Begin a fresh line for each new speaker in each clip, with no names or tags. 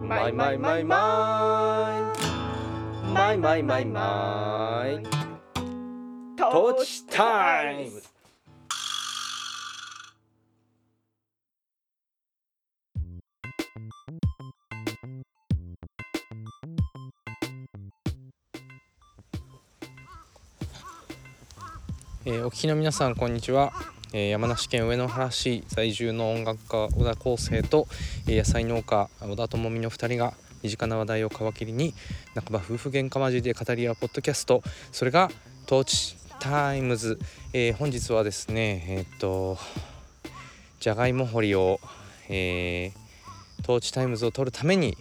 マイマイマイマイマイマイマイマイトーチタイム
えーお聞きの皆さんこんにちは、えー山梨県上野原市在住の音楽家小田康生と、えー野菜農家小田智美の2人が身近な話題を皮切りに半ば夫婦喧嘩交じりで語り合うポッドキャストそれが「トーチタイムズ」えー本日はですねえーっとじゃがいも掘りを、えートーチタイムズを取るために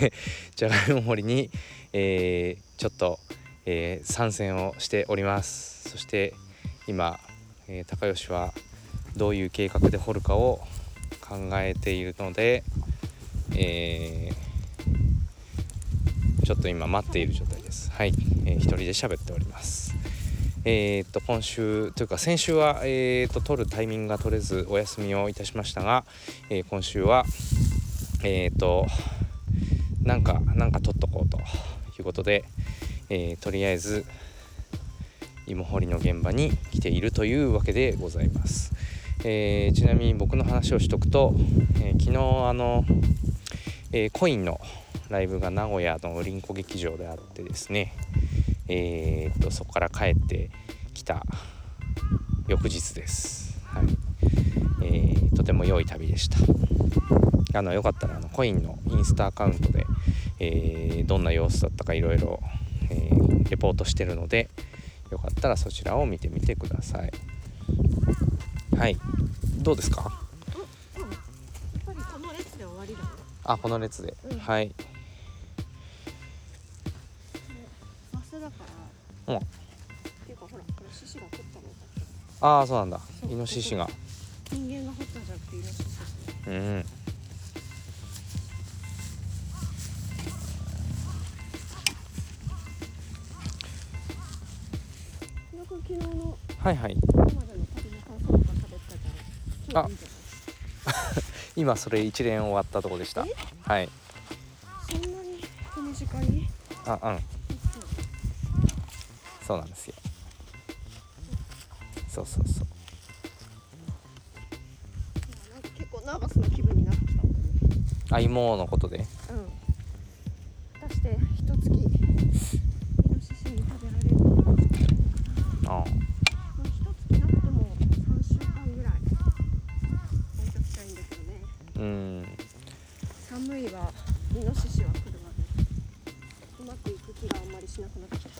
えーじゃがいも掘りに、えーちょっとえー参戦をしておりますそして今、えー高吉はどういう計画で掘るかを考えているので、えーちょっと今待っている状態ですはい、えー一人で喋っておりますえーっと今週というか先週は、えーっと撮るタイミングが取れずお休みをいたしましたが、えー今週はえーっとなんかなんか撮っとこうということで、えーとりあえず芋掘りの現場に来ているというわけでございます、えーちなみに僕の話をしとくと、えー昨日あの、えーコインのライブが名古屋のリンコ劇場であってですねえーっとそこから帰ってきた翌日です、はいえーとても良い旅でしたあのよかったらあのコインのインスタアカウントで、えーどんな様子だったかいろいろえーレポートしてるのでよかったらそちらを見てみてくださいはいどうですか
やっぱりこの列で終わりだね
あこの列で、
うん
はい
マスだから
うん
っていうかほらこれ獅子が取ったの
ああそうなんだ
そう
イノシシが
人間が掘ったんじゃなくてイノシシですね
うん
よく昨日の
はいはい
今までの旅の感想とか喋ってたから今日いいじ
今それ一連終わったとこでした
え
はい
ゃないそんなにこの時間に
あうんそうなんですよそうそうそう
なんか結構ナーバスな気分になってきた
あ芋のことで
うん果たして一月イ ノシシに食べられるのはもう
あ
一月なくとも三週間ぐらい置いときたいんですよね
ーうん
寒いはイノシシは来るわねうまくいく気があんまりしなくなってきた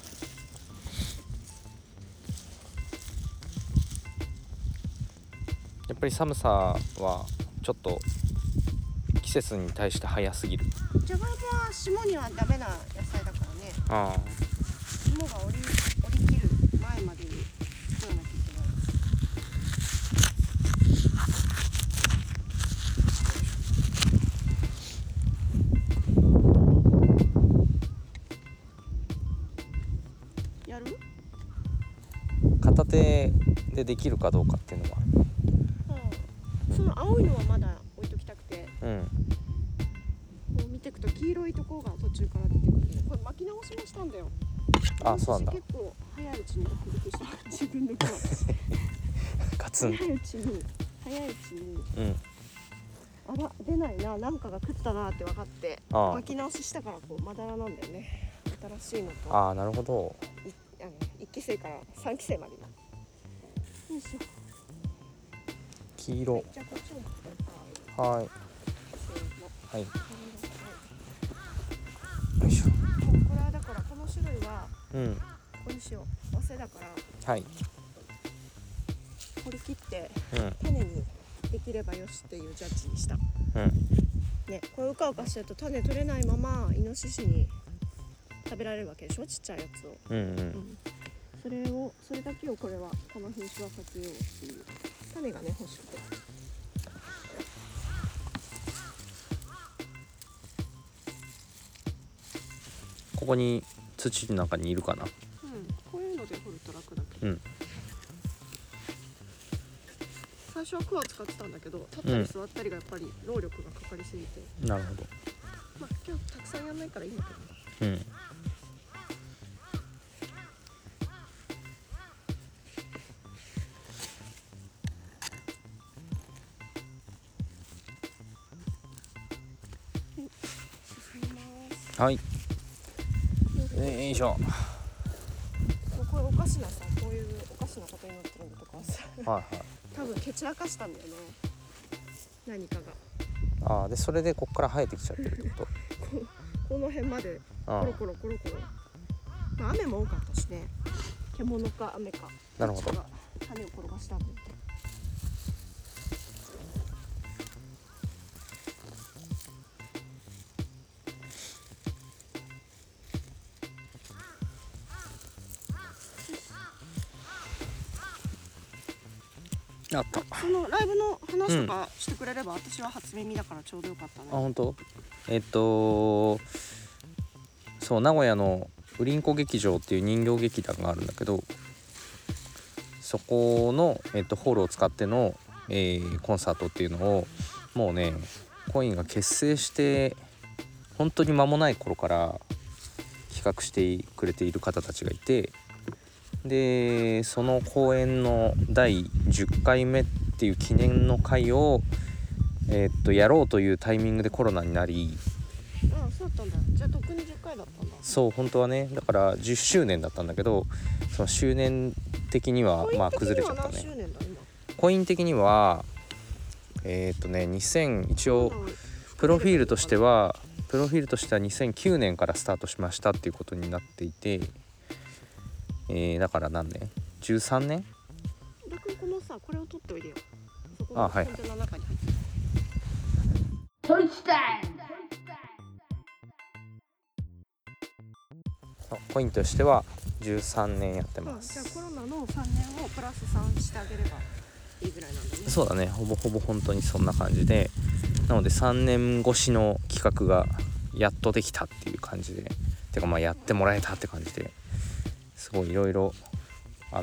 やっぱり寒さはちょっと季節に対して早すぎる
じゃがいもは霜にはダメな野菜だからね
ああ
霜が降り降りきる前までに取らなきゃいけないやる
片手でできるかどうかっていうのは
その青いのはまだ置いときたくて
うん
こう見ていくと黄色いところが途中から出てくるこれ巻き直しもしたんだよ
あそうなんだ
私結構早いうちに克服した自分の気は
ガツ
早
ン
いうちに早いうちに
うん
あら出ないななんかが食ったなって分かって
ああ
巻き直ししたからこうまだらなんだよね新しいのと
ああなるほど
いあの1期生から3期生までよいしょ
黄色
じゃあこっちもせー
は
の
いはい
は
よいし
いもうこれはだからこの種類は
ょうん
これにしよう早稲だから
はい
掘り切って
うん
種にできればよしっていうジャッジにした
うん
ねこれうかうかしてると種取れないままイノシシに食べられるわけでしょちっちゃいやつを、
うんう
うんん、それをそれだけをこれはこの品種は活用っていう種がね欲しくて
ここに土の中にいるかな
うんこういうので掘ると楽だけ
うん
最初はクワ使ってたんだけど立ったり座ったりがやっぱり労力がかかりすぎて
なるほど
まあ今日たくさんやんないからいいんだけどね
うん
進みます
はいよいしょ
もうこういうおかしなさこういうおかしなことになってるのとかはさ
はいはい
多分蹴散らかしたんだよね何かが
ああでそれでこっから生えてきちゃってるって
こ
こ
この辺まで
とあ
コロ
あ
コロコロコロ、まあ、雨も多かったしね獣か雨か
なるほ
ど
ど
っちかが種を転がしたんだよね
あったあ
そのライブの話とかしてくれれば、私は初耳だからちょうどよかったね。
本当えっとそう名古屋のウリンコ劇場っていう人形劇団があるんだけどそこの、えっと、ホールを使っての、えーコンサートっていうのをもうねコインが結成して本当に間もない頃から企画してくれている方たちがいてでその公演の第10回目っていう記念の会を、えっとやろうというタイミングでコロナになり
ああそうだったんだ。じゃあとっくに10回だったんだ。
そう本当はねだから10周年だったんだけどその周年的にはまあ崩れちゃっ
コ
た
イン的には何
ね
周年だ今。
コイン的にはえーっとね2000一応プロフィールとしてはプロフィールとしては2009年からスタートしましたっていうことになっていて、えーだから何年 ?13 年
小田君このさこれを取っておいでよ。そこ
あはいはい
コンテナの中に入ってる
Touchdown!
そうコインとしては13年やって
ま
ま
あじゃあ
す
コロナの3年をプラス3してあげればいいぐらいなんだね。
そうだねほぼほぼ本当にそんな感じでなので3年越しの企画がやっとできたっていう感じでてかまあやってもらえたって感じですごいいろいろあ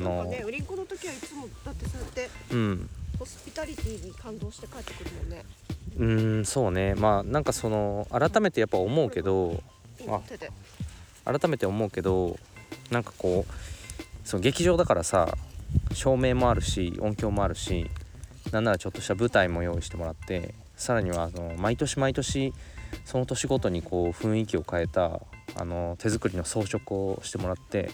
なんか
の
ね売りんこの時はいつもだってそうやって
うん
ホスピタリティに感動して帰ってくるもんね。
うーんそうねまあなんかその改めてやっぱ思うけど
いいの
あ
手で。
改めて思うけどなんかこうその劇場だからさ照明もあるし音響もあるしなんならちょっとした舞台も用意してもらってさらにはあの毎年毎年その年ごとにこう雰囲気を変えたあの手作りの装飾をしてもらって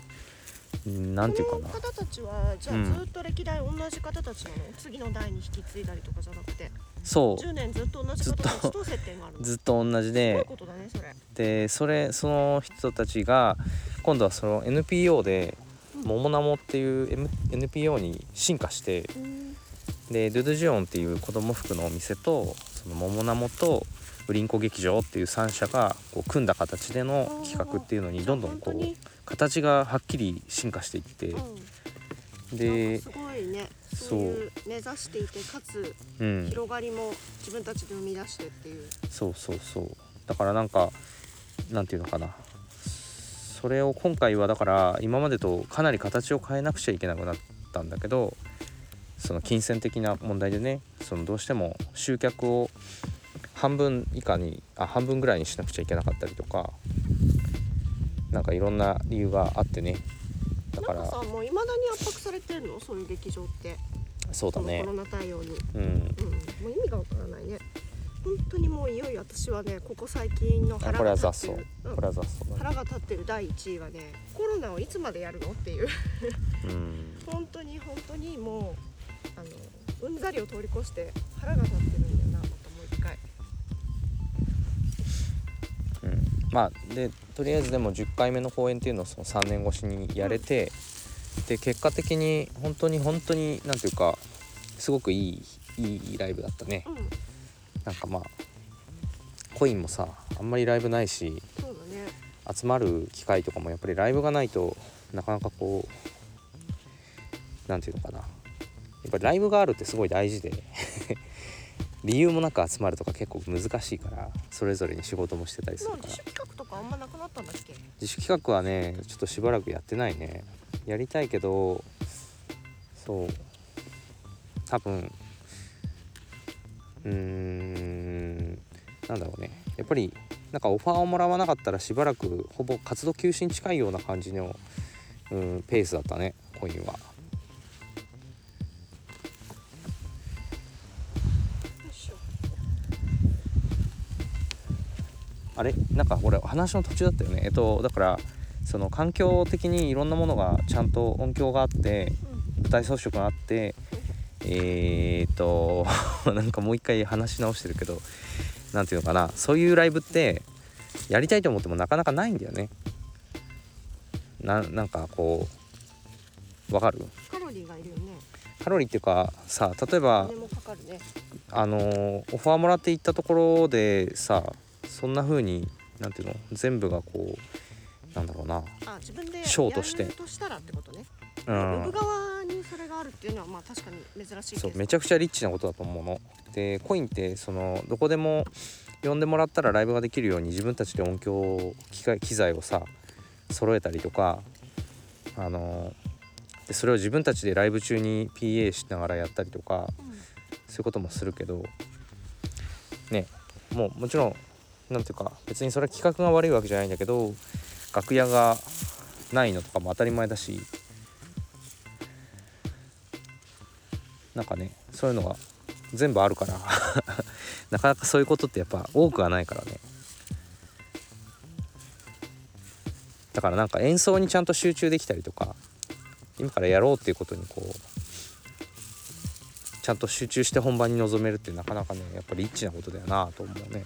うんなんていうか
こ
な
の方たちはじゃ
うん
あずっと歴代同じ方たちなの、次の代に引き継いだりとかじゃなくて
そ
10年ずっと同じ方た
ずっ
ちと接点がある
う
の
ずっと同じ
すごい
で
ことだねそれ
でそれその人たちが今度はその NPO で「ももなも」っていう、M、NPO に進化して。
うん
でドゥドゥジオンっていう子供服のお店とその桃ナモとウリンコ劇場っていう3社がこう組んだ形での企画っていうのにどんどんこ
本当に
う形がはっきり進化していって
うん、なん
で
かすごいねそういう目指していてかつ
うん
広がりも自分たちで生み出してっていう、
そうそうそうだからなんかなんていうのかなそれを今回はだから今までとかなり形を変えなくちゃいけなくなったんだけどその金銭的な問題でねそのどうしても集客を半分以下にあ半分ぐらいにしなくちゃいけなかったりとかなんかいろんな理由があってねだか
なんからさもういまだに圧迫されてるのそういう劇場って
そうだ
その
ね
コロナ対応に、
うん
うん、もう意味がわからないね本当にもういよいよ私はねここ最近の
あ
腹
これ
が
は
立っ
雑草
てる、うん
これは雑草だね
腹が立ってる第1位はねコロナをいつまでやるのっていう
うん
本当に本当にもうあのうんざりを通り越して腹が立ってるんだよなまたもう一回
うん、まあでとりあえずでも10回目の公演っていうのをその3年越しにやれて、で結果的に本当に本当になんていうかすごくいいいいライブだったね、
うん
なんかまあコインもさあんまりライブないし
そうだね
集まる機会とかもやっぱりライブがないとなかなかこうなんていうのかなやっぱりライブがあるってすごい大事で 理由もなく集まるとか結構難しいからそれぞれに仕事もしてたりす
もう
るから
自主企画とかあんまなくなったんだっけ
自主企画はねちょっとしばらくやってないねやりたいけどそう多分うーんなんだろうねやっぱりなんかオファーをもらわなかったらしばらくほぼ活動休止に近いような感じの、うん、ペースだったねコインは。あれなんかこれ話の途中だったよねえっとだからその環境的にいろんなものがちゃんと音響があって舞台装飾があってえー、っと なんかもう一回話し直してるけどなんていうのかなそういうライブってやりたいと思ってもなかなかないんだよね。ななんかこうわかる
カロリーがいるよね
カロリーっていうかさ例えば
金もかかるね
あのーオファーもらって行ったところでさそんな風になんていうの全部がこうなんだろうな
あ自分でやる
ショーとして
としたらってことね、
う
ウェブ
ん
側にそれがあるっていうのはまあ確かに珍しい
そうめ
ゃ
ちゃくちゃリッチなことだと思うの。でコインってそのどこでも呼んでもらったらライブができるように自分たちで音響機械機材をさ揃えたりとかあのーでそれを自分たちでライブ中に PA しながらやったりとかそういうこともするけどねもうもちろんなんていうか別にそれは企画が悪いわけじゃないんだけど楽屋がないのとかも当たり前だしなんかねそういうのが全部あるから なかなかそういうことってやっぱ多くはないからねだからなんか演奏にちゃんと集中できたりとか今からやろうっていうことにこうちゃんと集中して本番に臨めるってなかなかねやっぱりリッチなことだよなと思うね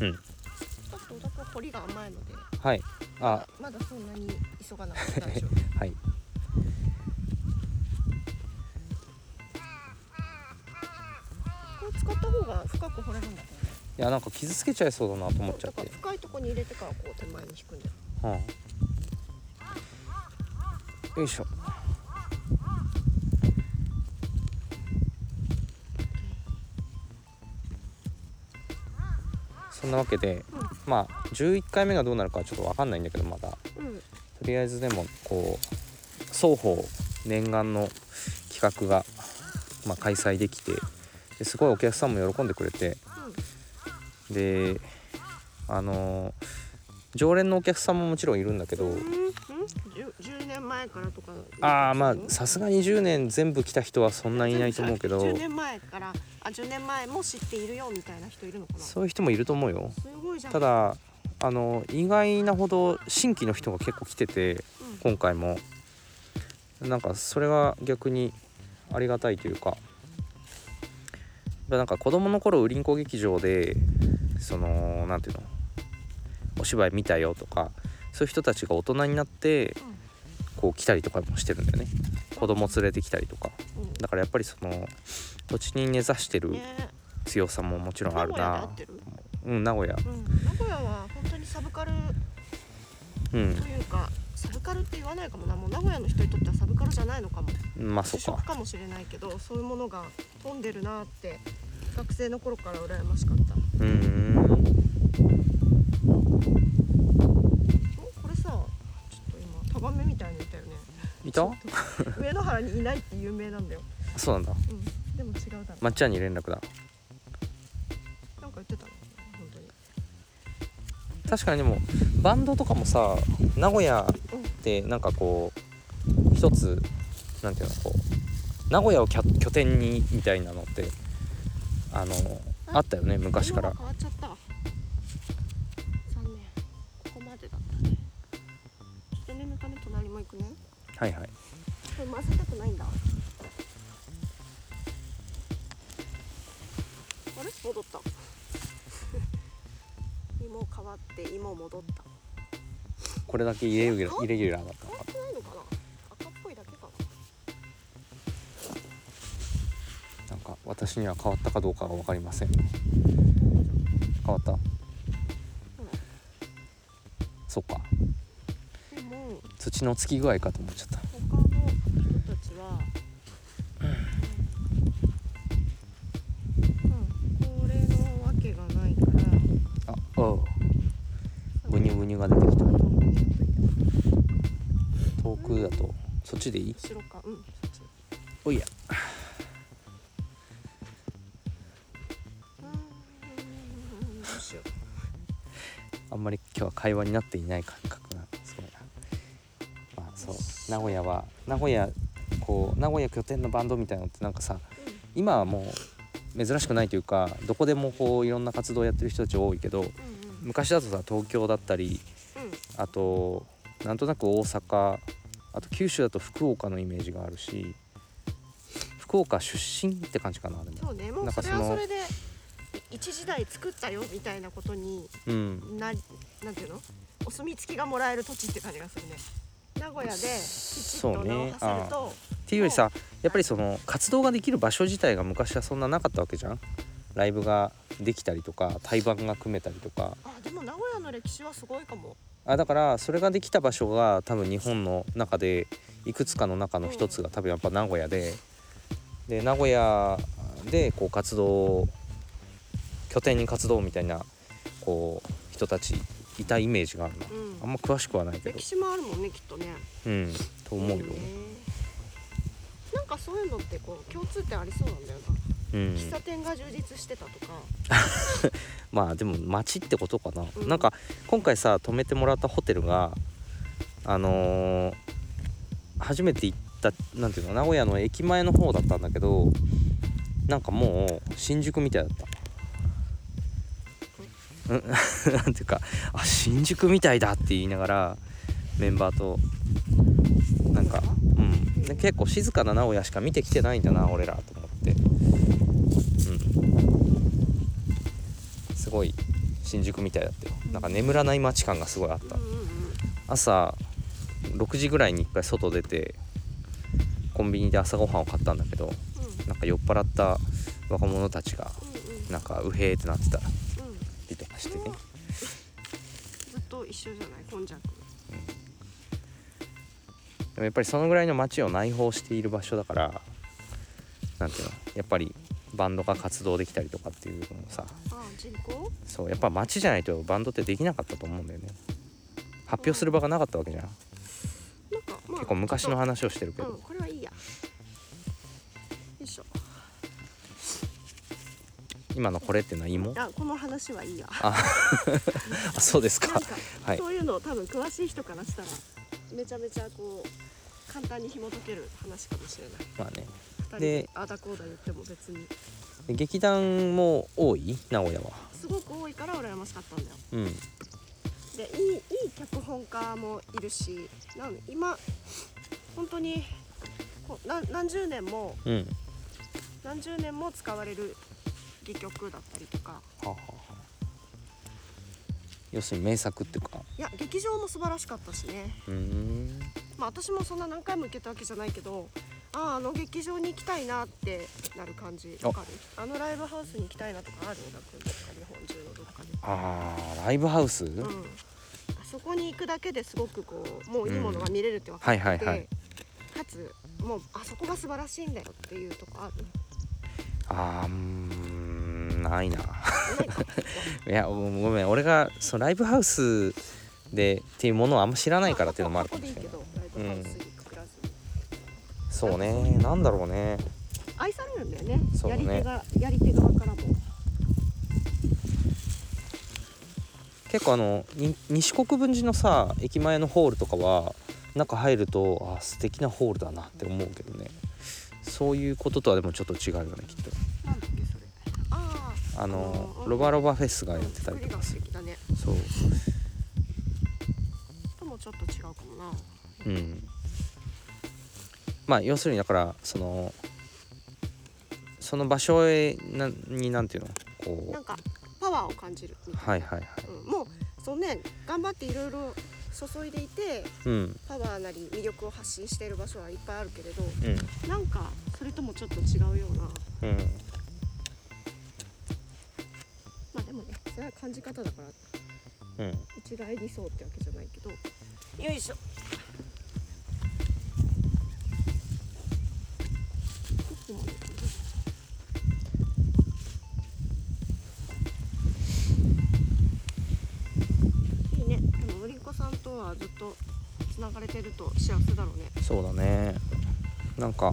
うん
ちょっとお宅は彫りが甘いので
はいあ
まだそんなに急がなくて大 丈夫
はい
これ使った方が深く掘れるんだけどね
いやなんか傷つけちゃいそうだなと思っちゃ
だ
っ
から
て、
深いとこに入れてからこう手前に引くんだよ
うん、よいしょそんなわけで、
うん
まあ11回目がどうなるかはちょっと分かんないんだけどまだ
うん
とりあえずでもこう双方念願の企画が、まあ、開催できてですごいお客さんも喜んでくれてであのー常連のお客さんももちろんいるんだけど
うん、10年前からとか
ああまあ
うん
さすがに10年全部来た人はそんなにいないと思うけど
10年前からあ10年前も知っているよみたいな人いるのかなす
そういう人もいると思うよ
ごいじゃん
ただあの意外なほど新規の人が結構来てて
うん
今回もなんかそれが逆にありがたいというかやっぱなんか子供の頃ウリンコ劇場でそのなんていうのお芝居見たよとかそういう人たちが大人になって
うん
こう来たりとかもしてるんだよね子供連れてきたりとか
うん
だからやっぱりその土地に根ざしてる
ね
強さももちろんある
名古屋で合
な
ってる
うん名古屋
うん、名古屋は本当にサブカル
うん
というかサブカルって言わないかもなもう名古屋の人にとってはサブカルじゃないのかも
まあそ
主
っか
食かもしれないけどそういうものが飛んでるなって学生の頃から羨ましかった
うーん
おこれさちょっと今タガメみたいにいたよね
いた
上野原にいないって有名なんだよ、
そうなんだ
うん、でも違うだろ
まっちゃんに連絡だ
なんか言ってたの本当に
確かにでもバンドとかもさ名古屋ってなんかこう一つなんていうのこう名古屋をきゃ拠点にみたいなのってあのあったよね昔から
色が変わっちゃったわ残念ここまでだったねちょっと念のため隣も行くね
はいはい
これ混ぜたくないんだあれ戻った芋変わって芋戻った
これだけイレギュラーイレギュラーだった
変
のか
わってないのかな赤っぽいだけかな
なんか私には変わったかどうかが分かりません変わったそっか
でも
土のつき具合かと思っちゃった
他の人たちは、うん、これのわけがないから
あおうブニュブニュが出てきた遠くだとそっちでいい
後ろかうんそっち
おいや
どうしよう
あんまり今日は会話になっていない感覚なすごいなまあそう名古屋は名古屋こう名古屋拠点のバンドみたいなのってなんかさ今はもう珍しくないというかどこでもこういろんな活動をやってる人たち多いけど
うん
昔だとさ東京だったり
うん
あとなんとなく大阪あと九州だと福岡のイメージがあるし福岡出身って感じかなでも
そうねもう
なん
そ
か
れは
その
それでい一時代作ったよみたいなことに
うん
ななんていうのお墨付きがもらえる土地って感じがするね名古屋できちっ
そ
と
う
名
ね
を馳せると
っていうよりさやっぱりその活動ができる場所自体が昔はそんななかったわけじゃんライブができたりとか対バンが組めたりとか
あでも名古屋の歴史はすごいかも
あだからそれができた場所が多分日本の中でいくつかの中の一つが多分やっぱ名古屋でで名古屋でこう活動を拠点に活動みたいなこう人たちいたイメージがあるな
うん
あんま詳しくはないけど
歴史もあるもんねきっとね
うんと思うよ
ねなんかそういうのってこう共通点ありそうなんだよ
うん
な喫茶店が充実してたとか
まあでも街ってことかな、
うん
なんか今回さ泊めてもらったホテルがあのー初めて行ったなんていうの名古屋の駅前の方だったんだけどなんかもう新宿みたいだったうん なんていうかあ新宿みたいだって言いながらメンバーとなんかうんで結構静かな名古屋しか見てきてないんだな俺らと思ってうんすごい新宿みたいだったよなんか眠らない街感がすごいあっ
う
た
んうん
朝6時ぐらいに一回外出てコンビニで朝ごはんを買ったんだけど
うんうん
なんか酔っ払った若者たちが
うんうん
なんかうへーってなってた
うん
りとかしてね
ずっと一緒じゃない今昔
でもやっぱりそのぐらいの街を内包している場所だからなんていうのやっぱりバンドが活動できたりとかっていうのもさ
ああ人口
そうやっぱ街じゃないとバンドってできなかったと思うんだよね発表する場がなかったわけじゃん
なんかまあ
結構昔の
ちょっ
話をしてるけ
とうん
ど
これはいいやよいしょ
今のこれって何も
あこの話はいいや
あそうです
な
か
んか
はい
そういうのを多分詳しい人からしたらめちゃめちゃこう簡単に紐解ける話かもしれない
まあね
二人で
で
あだこうだ言っても別に
で劇団も多い名古屋は
すごく多いから羨ましかったんだよ
うん
でいいいい脚本家もいるしなん今本当にこうな何十年も
うん
何十年も使われる戯曲だったりとか
はあ、はあはあ、要するに名作っていうか
いや劇場も素晴らしかったしね、
うーん
まあ、私もそんな何回も行けたわけじゃないけどあああの劇場に行きたいなってなる感じ
あ
わかるあのライブハウスに行きたいなとかある小田君とか日本中のどっかに
あーライブハウス、
うん、あそこに行くだけですごくこうもういいものが見れるって分か
は
っ
いはい
て、
はい
かつもうあそこが素晴らしいんだよっていうとこある
あーうーんない な
ないか
いやごめん俺がそのライブハウスでっていうものをあんま知ら ないからっていうのもあるかもしれない
まここここでいいけどライブハウスにくらずに、
そうねなんだろうね
愛されるんだよね
そう
や
ね
り手がやり手側からも
結構あのに西国分寺のさ駅前のホールとかは中入るとあ素敵なホールだなって思うけどねそういうこととはでもちょっと違うよねきっと
なんだっけそれああ
あの
うん
ロバロバフェスがやってた
作
り
りが
とか
素
する
敵だね
そう
ともちょっと違うかもな
うんまあ要するにだからそのその場所へなになんていうのこ
なんかパワーを感じるみ
う
たい
はいはいはい
な、うん、もうそうね頑張っていろいろ注いでいて
うん
パワーなり魅力を発信している場所はいっぱいあるけれど
うん
なんかそれともちょっと違うような
うん
まあでもねそれは感じ方だから
うん
一概にそうってわけじゃないけどよいしょいいねでも売り子さんとはずっとつながれてると幸せだろうね
そうだねなんか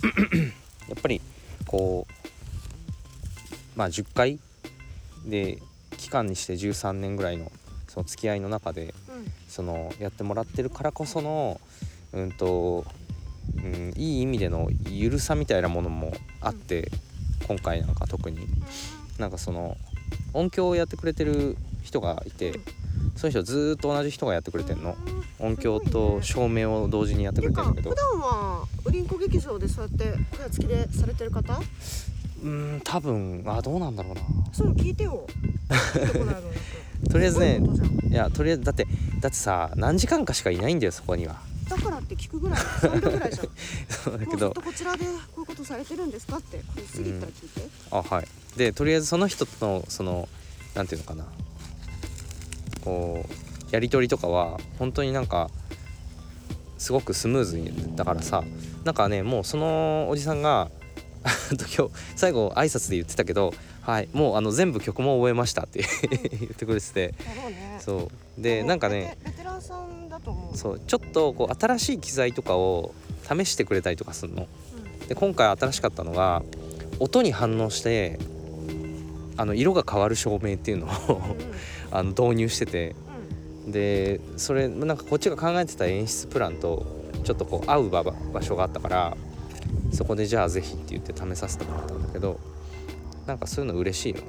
やっぱりこうまあ10回で期間にして13年ぐらいのその付き合いの中で
うん
そのやってもらってるからこそのうんと、うん、いい意味でのゆるさみたいなものもあって、今回なんか特になんかその音響をやってくれてる人がいて、
うん
その人ずーっと同じ人がやってくれてんの。
うん
音響
すごい
と
ね
照明を同時にやってくれてるんだけど
てか普段はウリンコ劇場でそうやって小屋付きでされてる方
うーん多分あどうなんだろうな
そういうの聞い てよ聞いてこないの
とりあえずね
そういうことじゃん
いやとりあえずだってだってさ何時間かしかいないんだよそこには
だからって聞くぐらい3秒ぐらいじゃん
そう
も
だけ
うずっ
ど
とこちらでこういうことされてるんですかってこれ過ぎたら聞いて、
あはいでとりあえずその人とのそのなんていうのかなこうやり取りとかは本当になんかすごくスムーズにだからさなんかねもうそのおじさんがあの今日最後挨拶で言ってたけど「はいもうあの全部曲も覚えました」って 言ってくれてて
だろうね
そうでなんかね
ベテベテランさんだと思う
そうちょっとこう新しい機材とかを試してくれたりとかするの。で今回新しかったのが音に反応してあの色が変わる照明っていうの
う
を
ん、うん
あの導入してて
うん
でそれなんかこっちが考えてた演出プランとちょっとこう合う場場所があったからそこでじゃあぜひって言って試させてもらったんだけどなんかそういうの嬉しいよね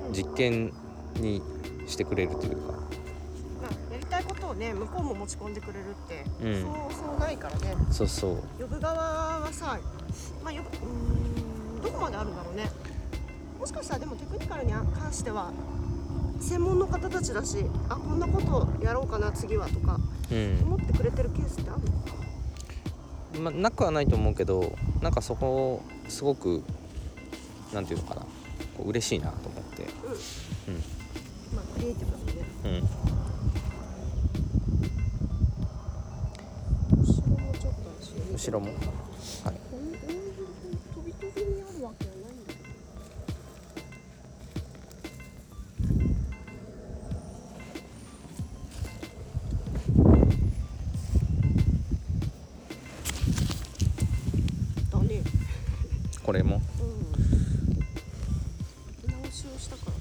なんか実験にしてくれるというか
まあ、やりたいことをね向こうも持ち込んでくれるって、
うん
そうそうないからね
そうそう
呼ぶ側はさ、まあ、呼ぶうーんどこまであるんだろうねもしかしたらでもテクニカルに関しては専門の方たちだしあこんなことやろうかな次はとか
うん
思ってくれてるケースってあるのか
まあ、なくはないと思うけどなんかそこすごくなんていうのかなこう嬉しいなと思って、
まあクリエイティブだもんね
うん、
後ろもちょっと後ろ
後ろも、はい、
飛び飛びにあるわけはないんだだね
これも
うん直しをしたからね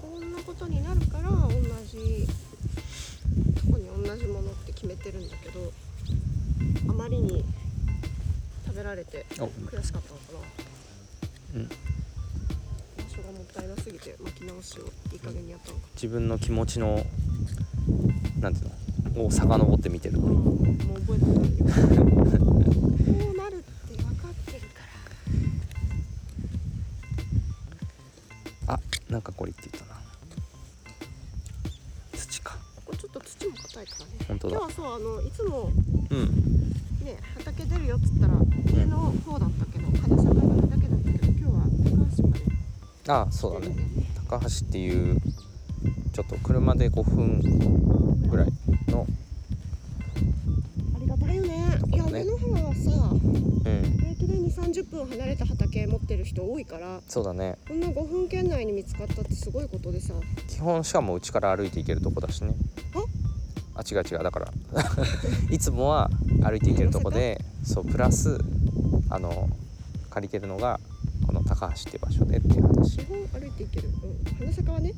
こんなことになるから同じとこに同じものって決めてるんだけどあまりに食べられて
お
悔しかったのかな、
うん
場所がもったいなすぎて巻き直しをいい加減にやったのか
自分の気持ちのなんていうのを遡って見てる
な、もう覚えてないよこうな るって分かってるから
あなんかこれって言ったな土か
ここちょっと土も硬いからね
本当
今
だ
日はそうあのいつも
うん
ね畑出るよっつったら家の方だったけど花坂の畑だったけど今日は高橋まで
あそう
出
だ
るん
ね
だよね
高橋っていうちょっと車で5分ぐらいの
ありがたいよねいや
とこね
上の原はさ
うん
平気で2 3 0分離れた畑持ってる人多いから
そうだね
こんな5分圏内に見つかったってすごいことでさ
基本しかもうちから歩いて行けるとこだしねあ違う違うだから いつもは歩いて行けるとこでそうプラスあの借りてるのがこの高橋っていう場所でっていう話
基本歩いていける、うん、花坂はね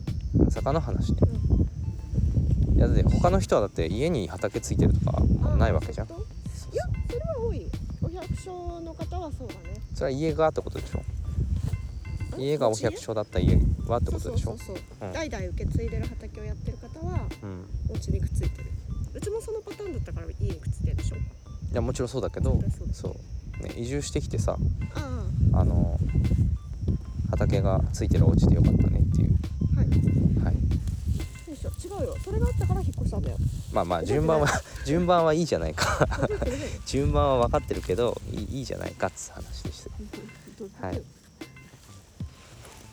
坂の話ね、いやだって他の人はだって家に畑ついてるとかもうないわけじゃん
あ
そ
そういうこといやそれは多いお百姓の方はそうだね
れは家がってことでしょ
あ
家がお百姓だった家はってことでし
そ
ょ
うそうそうそう、
うん
代々受け継いでる畑をやってる方は
うん
お家にくっついてるうちもそのパターンだったから家にくっついてるでしょ
いやもちろんそうだけど
そうだ
そう、ね、移住してきてさ
あ
あの畑がついてるお家でよかったねっていう
あはいよ
はい
いしょ違うよそれがあったから引っ越したん だよ
まあまあ
覚えてない
順番は 順番はいいじゃないか
覚えてないよ
順番は分かってるけどいいいいじゃないかっつう話でしたはい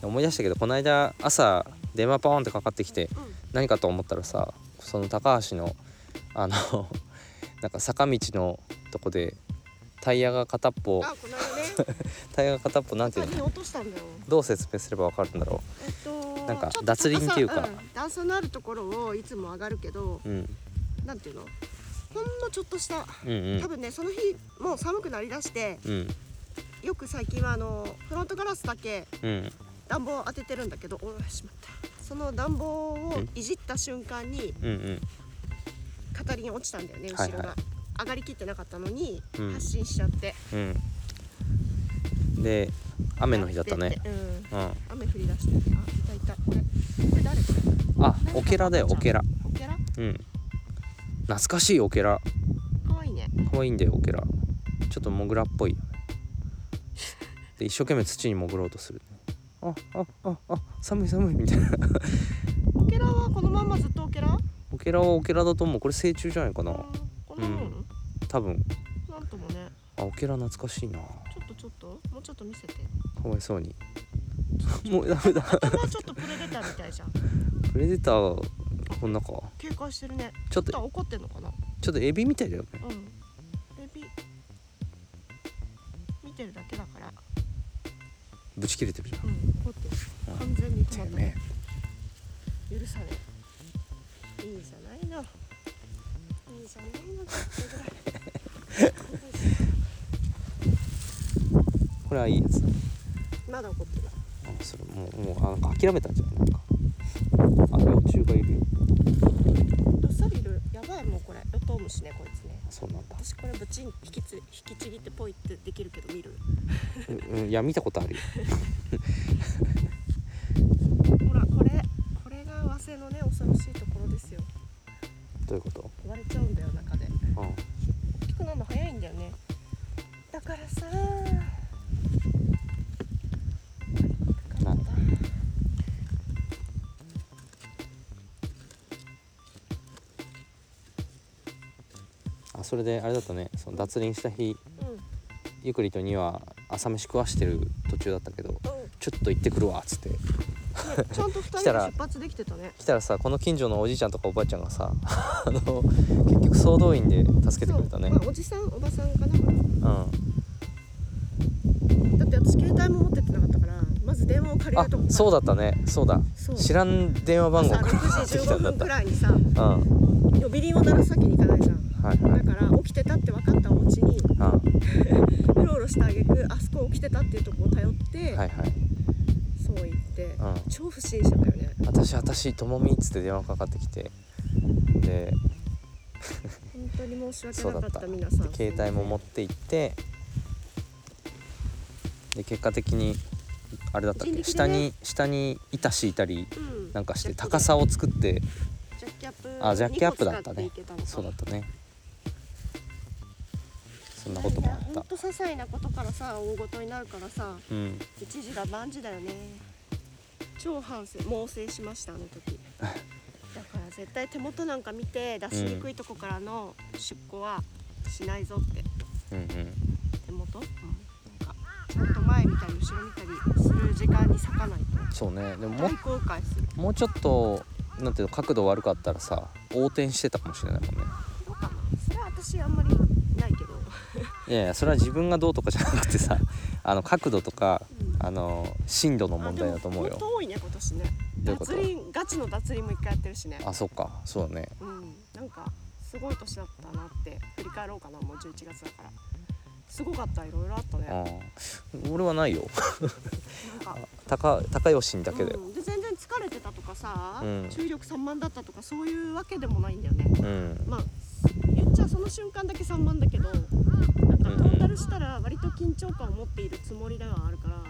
思い出したけどこの間朝電話パーンってかかってきて何かと思ったらさその高橋のあの なんか坂道のとこでタイヤが片っ
う
ぽ
ん、あこの間 ね
タイヤが片っぽなんてい
下
うの
に落としたんだよ
どう説明すれば分かるんだろ
えっと
なん
ち
か
ょっと
脱輪っていうか
高さん段差のあるところをいつも上がるけど
ううん
なんていうのほんのちょっとした
うん
多分ねその日もう寒くなりだして
うんうん
よく最近はあのフロントガラスだけ
うん
暖房を当ててるんだけどおーしまったその暖房をいじった瞬間に
うんうん
片輪落ちたんだよね後
はい
ろが、
はい
上がりきってなかったのに
うん
発進しちゃって、
うんで雨の日だったね
やててうん
うん
雨降りだしてねあいたいたこれこれ誰これ
あオケラだよオケラ
オケラ
うん懐かしいオケラ
可愛いね
可愛いんだよオケラちょっとモグラっぽいよねで一生懸命土に潜ろうとするああああ寒い寒いみたいな
オケラはこのまんまずっとオケラ
オケラはオケラだと思うこれ成虫じゃないかな
このも、
うん多分
なんともね
あオケラ懐かしいな
ちょっとちょっともうちょっと見せて
かわいそうに もうダメだ
頭ちょっとプレデターみたいじゃ ん
プレデターこんなか
警戒してるね
ちょっ
ちょっと
と
怒ってんのかな
ちょっとエビみたいだよね
うんエビ見てるだけだから
ぶち切れてるじゃん
うん怒ってる
うん
完全に止まっ
て
た
めえ
許さねえいいじゃないのいいじゃないのってぐらい
これはいいやつだ
まだ怒ってる
あそれもうもうあなんか諦めたんじゃないなんかあ幼虫がいるよ
どっさりいるやばいもうこれヨトウムシねこいつね
そう なんだ
私これブチン引きつ引きちぎってポイってできるけど見る
うんうんいや見たことあるよ
ほらこれこれが和製のね恐ろしいところですよ
どういうこと
割れちゃうんだよ中で
うん
大きくなるの早いんだよねだからさ
なんだあそれであれだったねその脱輪した日
うん
ゆくりとには朝飯食わしてる途中だったけど
うん
ちょっと行ってくるわっつって
ねちゃんと二人で
来たら
出発できてたね
来たらさこの近所のおじいちゃんとかおばあちゃんがさ あの結局総動員で助けてくれたね
そうまあ、おじさんおばさんかなほら
うんあ
だって私携帯も持ってってなかったからまず電話を借りるとこ
そう
だ
だったねそうだ
そう
知らん電話番号
朝
から
6時
てきた
15
んだっ
分く
たうん
らいにさ
は
呼び鈴を鳴らすわけにいかないじゃん
いはい
だから起きてたって分かったお家に
うんは
うろうろした挙句あそこ起きてたっていうとこを頼って、
いはい
そう言って、
うん
超不審者だよね
私私ともみっつって電話かかってきてで
本当に申し
そ
訳
うだ
なか
っ
ったた皆さん
携帯も持
っ
って行ってで結果的にあれだったっけ、
人力
下
でね
に下にいたしいたり
て、うん
なんかして高さを作って
ジャッキアップ
あジャッキアップだったね
二個使ていけのか
そうだったねそんなこともあ
い
っ
や
た
本当些細なことからさ大ごとになるからさ
うん
一時が万事だよね超反省猛省しましたあの 時だから絶対手元なんか見て出しにくいとこからの出庫はしないぞって
うんうん
手元、なんかちゃんと前見たり後ろ見たりする時間に割かない
そうねで
と
もも
大後悔する
うもうちょっとなんていうの角度悪かったらさ横転してたかもしれないもんね
どうかなそれは私あんまりないけど
いやいやそれは自分がどうとかじゃなくてさ あの角度とか
うん
あの震度の問題だと思う
あでも本
よ
当多いね今年ね
どういうこと
脱輪ガチの脱輪も一回やってるしね
あそっかそうだね
うんなんかすごい年だったなって振り返ろうかなもう11月だからすごかったいろいろあったねな
あ
ん
ー俺はないよ
か
高高吉だけだ
う
よ
ん、で全然疲れてたとかさ、
うん
注意力散漫だったとかそういうわけでもないんだよね
うん
まあ言っちゃその瞬間だけ散漫だけどなんかトータルしたら割と緊張感を持っているつもりではあるから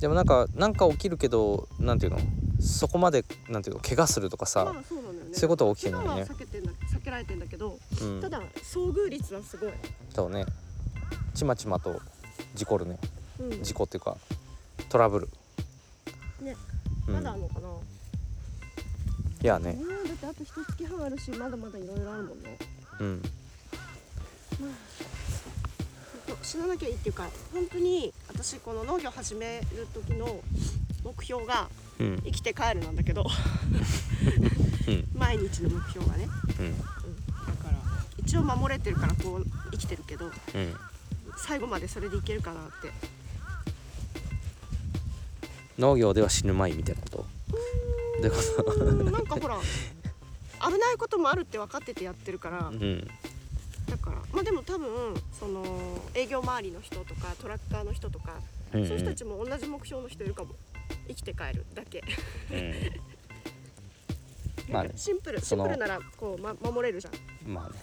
でもなんかなんか起きるけどなんていうのそこまでなんていうの怪我するとかさ
まあそうなんだよね
そういうことは起きてないね
今は避けてんだ避けられてんだけど、
うん
ただ遭遇率はすごい、
そうねちまちまと事故るね
うん
事故っていうかトラブル
ね
うん
まだあるのかな、
いやね
ねえだってあと一月半あるしまだまだいろいろあるもんね
うん
ほんと死ななきゃいいっていうか本当に私この農業始める時の目標が
うん
生きて帰るなんだけど
うん
毎日の目標がね、
うん
うん、だから一応守れてるからこう生きてるけど
うん
最後までそれでいけるかなって
農業では死ぬまいみたいなことどういうこと
うーんなんかほら危ないこともあるって分かっててやってるから
うん
だからまあでも多分その営業周りの人とかトラッカーの人とか、
うんうん
そういう人たちも同じ目標の人いるかも生きて帰るだけ
うんま
な
あ
ん
ね
かシンプルシ
そ
ン
の
プルならこう、ま、守れるじゃん
まあね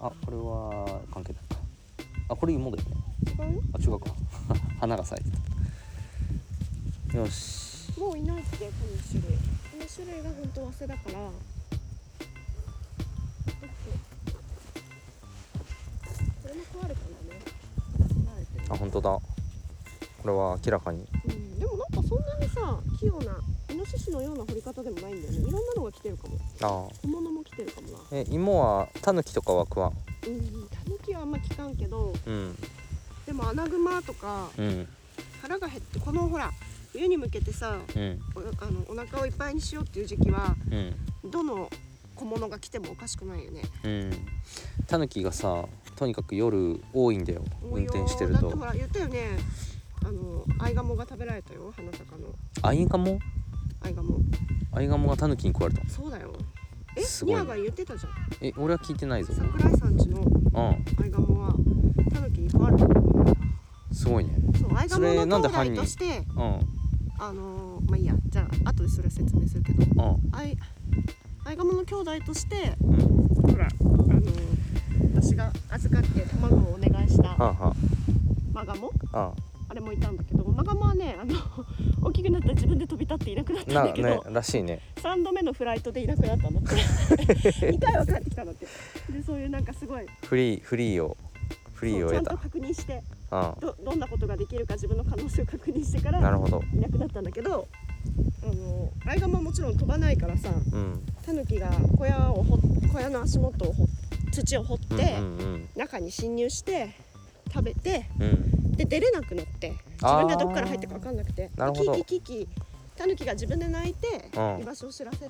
あこれは関係ないかあこれ芋だよね
違う
あ違うか 花が咲いてたよし
もういないってこの種類この種類が本当早稲だからだってこれも壊れたんだね慣れてる
あ本当だこれは明らかに
うん、でもなんかそんなにさ器用なイノシシのような掘り方でもないんだよねいろんなのが来てるかも
ああ
小物も来てるかもな
え芋はタヌキとかは食わ
う
ん
んタヌキはあんま聞かんけど
うん
でもアナグマとか
うん
腹が減ってこのほら冬に向けてさ
うん
おあのお腹をいっぱいにしようっていう時期は
うん
どの小物が来てもおかしくないよね
うんタヌキがさとにかく夜多いんだよ
多
運
いよ
転してる
だっ
と
てほら言ったよねあのアイガモが食べられたよ花坂の
アイガモ
アイガモ
アイガモがタヌキに食われた
そうだよえ
すごい
ニ
ね
アが言ってたじゃん
え俺は聞いてないぞ
桜井さんちの
うん
アイガモはタヌキに食われたの
すごいね
そうアイガモ
それなん
の
で
兄
犯
弟
人
として
うん
あのーまあいいやじゃあ後でそれは説明するけど
う
アイアイガモの兄弟として
んうん
ほらあのー私が預かって卵をお願いした
はあは
マガモ
ああ
あれもいたんだけどマガモはねあの 大きくなったら自分で飛び立っていなくなっ
あ
たん
な
だけ
ね
ど、
らしいね
三3度目のフライトでいなくなったんだって2 回は帰ってきたんだってでそういうなんかすごい
フリーフリーをフリーを
そうちゃ
得
ん
た
と確認して
うん
どどんなことができるか自分の可能性を確認してから
なるほど
いなくなったんだけどあのアイガモはもちろん飛ばないからさ
うん
タヌキが小屋を掘っ小屋の足元を掘っ土を掘って、
うんうん
中に侵入して食べて
うんうん
で出れなくなって自分がどっから入ったか分かんなくて
なるほど
キキキキタヌキが自分で鳴いて、
うん
居場所を知らせて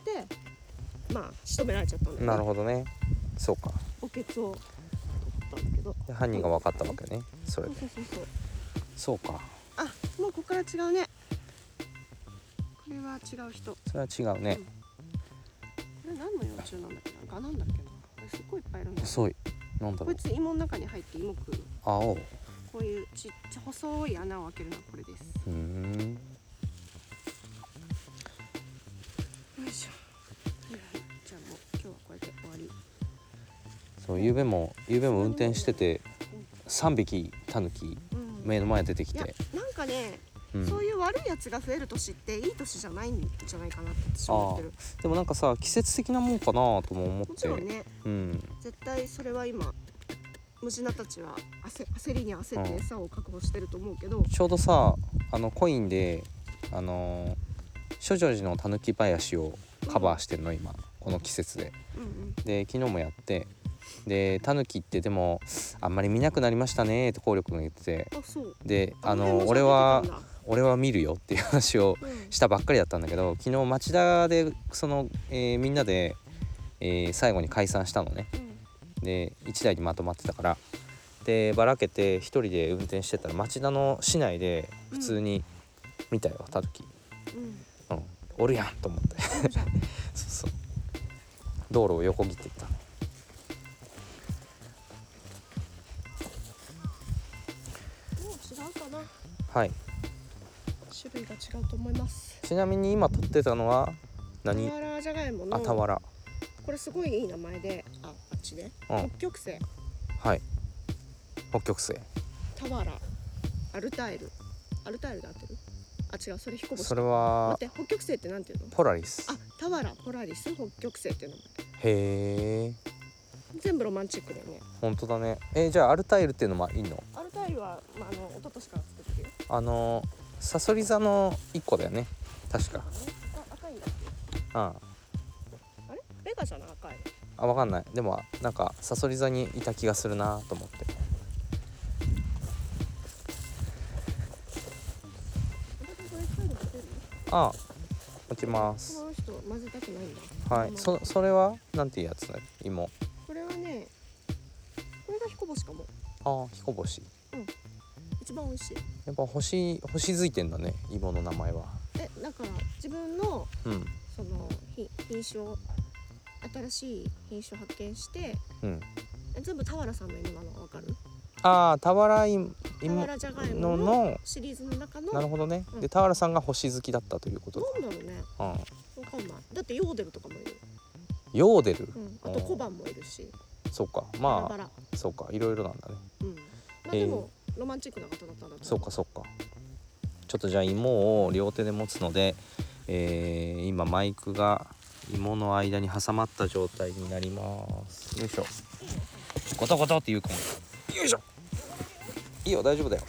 まあ仕留められちゃったんだよね
なるほどねそうか
おけつを取ったんだけど
で犯人が分かったわけねそ
そ
れ
う
で
そうそうそう
そうか
あもうここから違うねこれは違う人こ
それは違うね
れ何の幼虫なんだっけなガなんだっけなこれすっごいいっぱいいるんだよ
細いなんだろ
こ
う
いつ芋の中に入って芋食う
青
こういうちっちゃ細い穴を開けるのはこれです。
うーん
よいしょ。はいはいじゃあもう今日はこれで終わり。
そうゆうべもゆうべも運転してて
うん
3匹タヌキ
うん
目の前に出てき
いや
て、
なんかね、
うん、
そういう悪いやつが増える年っていい年じゃないんじゃないかなって私は思ってる。
でもなんかさ季節的なもんかなとも思っ
も
て
ちろんね、
うん
絶対それは今。ムジナたちは焦焦りに焦って
うん
餌を確保してると思うけど、
ちょうどさあのコインであの諸女寺のたぬき林をカバーしてんの今この季節で
うんうん、
で昨日もやってでタヌキってでもあんまり見なくなりましたねって効力が言ってて
あそう
であ
辺
の
も
俺
さ
は
出てたんだ
俺は見るよっていう話を
うん
したばっかりだったんだけど昨日町田でその、えーみんなで、えー最後に解散したのねで1台にまとまってたからでばらけて1人で運転してたら町田の市内で普通に見たよたぬき、
うんうん
うん、おるやんと思って
そうじゃん
そうそう道路を横切ってった
もう違うかな
はい
種類が違うと思います
ちなみに今撮ってたのは何
俵じゃがいも
あ
の
たわら
これすごいいい名前でああっちね、
うん
北極星
はい北極星
タワラアルタイルアルタイルで合ってるあ違うそれ彦星
それ
待っ
は
て北極星ってなんていうの
ポラリス
あタワラポラリス北極星っていうの
へえ
全部ロマンチックだよね
本当だねえじゃあアルタイルっていうのもいいの
アルタイルは、まあ、あの一昨年から作ってるよ
あのサソリ座の1個だよね確か
あ赤いんだっけ
うん
あれベガじゃない赤い
あわかんないでもなんかサソリ座にいた気がするなと思って
私これ最後に出る
あ落ちます
この人混ぜたくないんだ
は
あ
い
の
そそれはなんていうやつだよ芋
これはねこれが彦星かも
あー彦星
一番美味しい
やっぱ星星づいてんだね芋の名前は
えだから自分の
うん
そのひ品種を新しい品種を発見して
うん、
え全部俵さんの犬なのが分かる
ああ俵芋
俵じゃがい
の
もの
の
シリーズの中の
な
な
る
ん
ほどね、
うん
で田原さんが星好きだったということだ、
だろうね
うん、
分かんないだってヨーデルとかもいる、
ヨーデル
うん、あと小判もいるし
そうか
バラ
ま
バ
あ
ラ、
そうかいろいろなんだね
うん、まあでも、ロマンチックな方だったんだと
そうかそうかちょっとじゃあ芋を両手で持つので、えー今マイクが芋の間に挟まった状態になりますよいしょゴトゴトっていう子もいるよいしょいいよ大丈夫だよ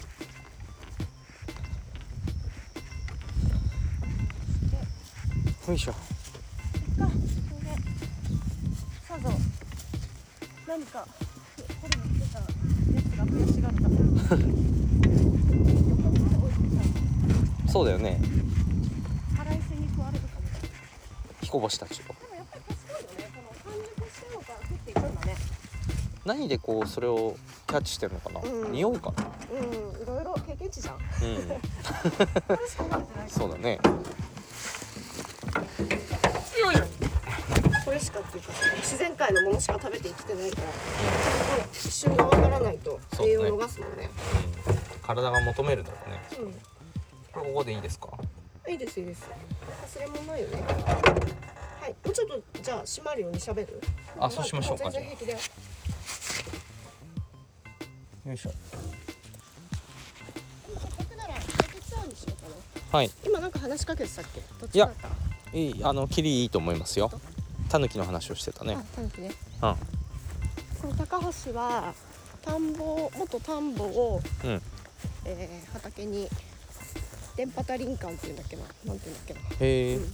よいしょ
かそれでさぞ何かこれ持ってたやつが悔し がったから横に置いて
そうだよね
た腹いせに食われるかもで
彦星たちを
もやっぱり賢いよねこの完熟してるのから食っていくんだね
何でこうそれをキャッチしてるのかな、
うん
匂うかな
うんいろいろ経験値 じゃん
うん
これしか食べてない
そうだね
これしかっていうか自然界のものしか食べて生きてないからちゃんと一緒に頑張らないと栄養を逃すもんね
体が求めるだろうね
う
これここでいいですか
んいいですいいです忘れ物ないよねはいもうちょっとじゃあ閉まるように喋る
あそうしましょうか
も全然平気だよ
よいしょ
せっかくなら解決案にしようかな
はい
今なんか話しかけてたっけどっち
い
だ
や
った
いいあのキリいいと思いますよタヌキの話をしてたね
あタヌキね
うん
この高橋は田んぼ元田んぼを、
うん
えー畑に電波タ林間っていうんだっけななんていうんだっけな
へえ
うん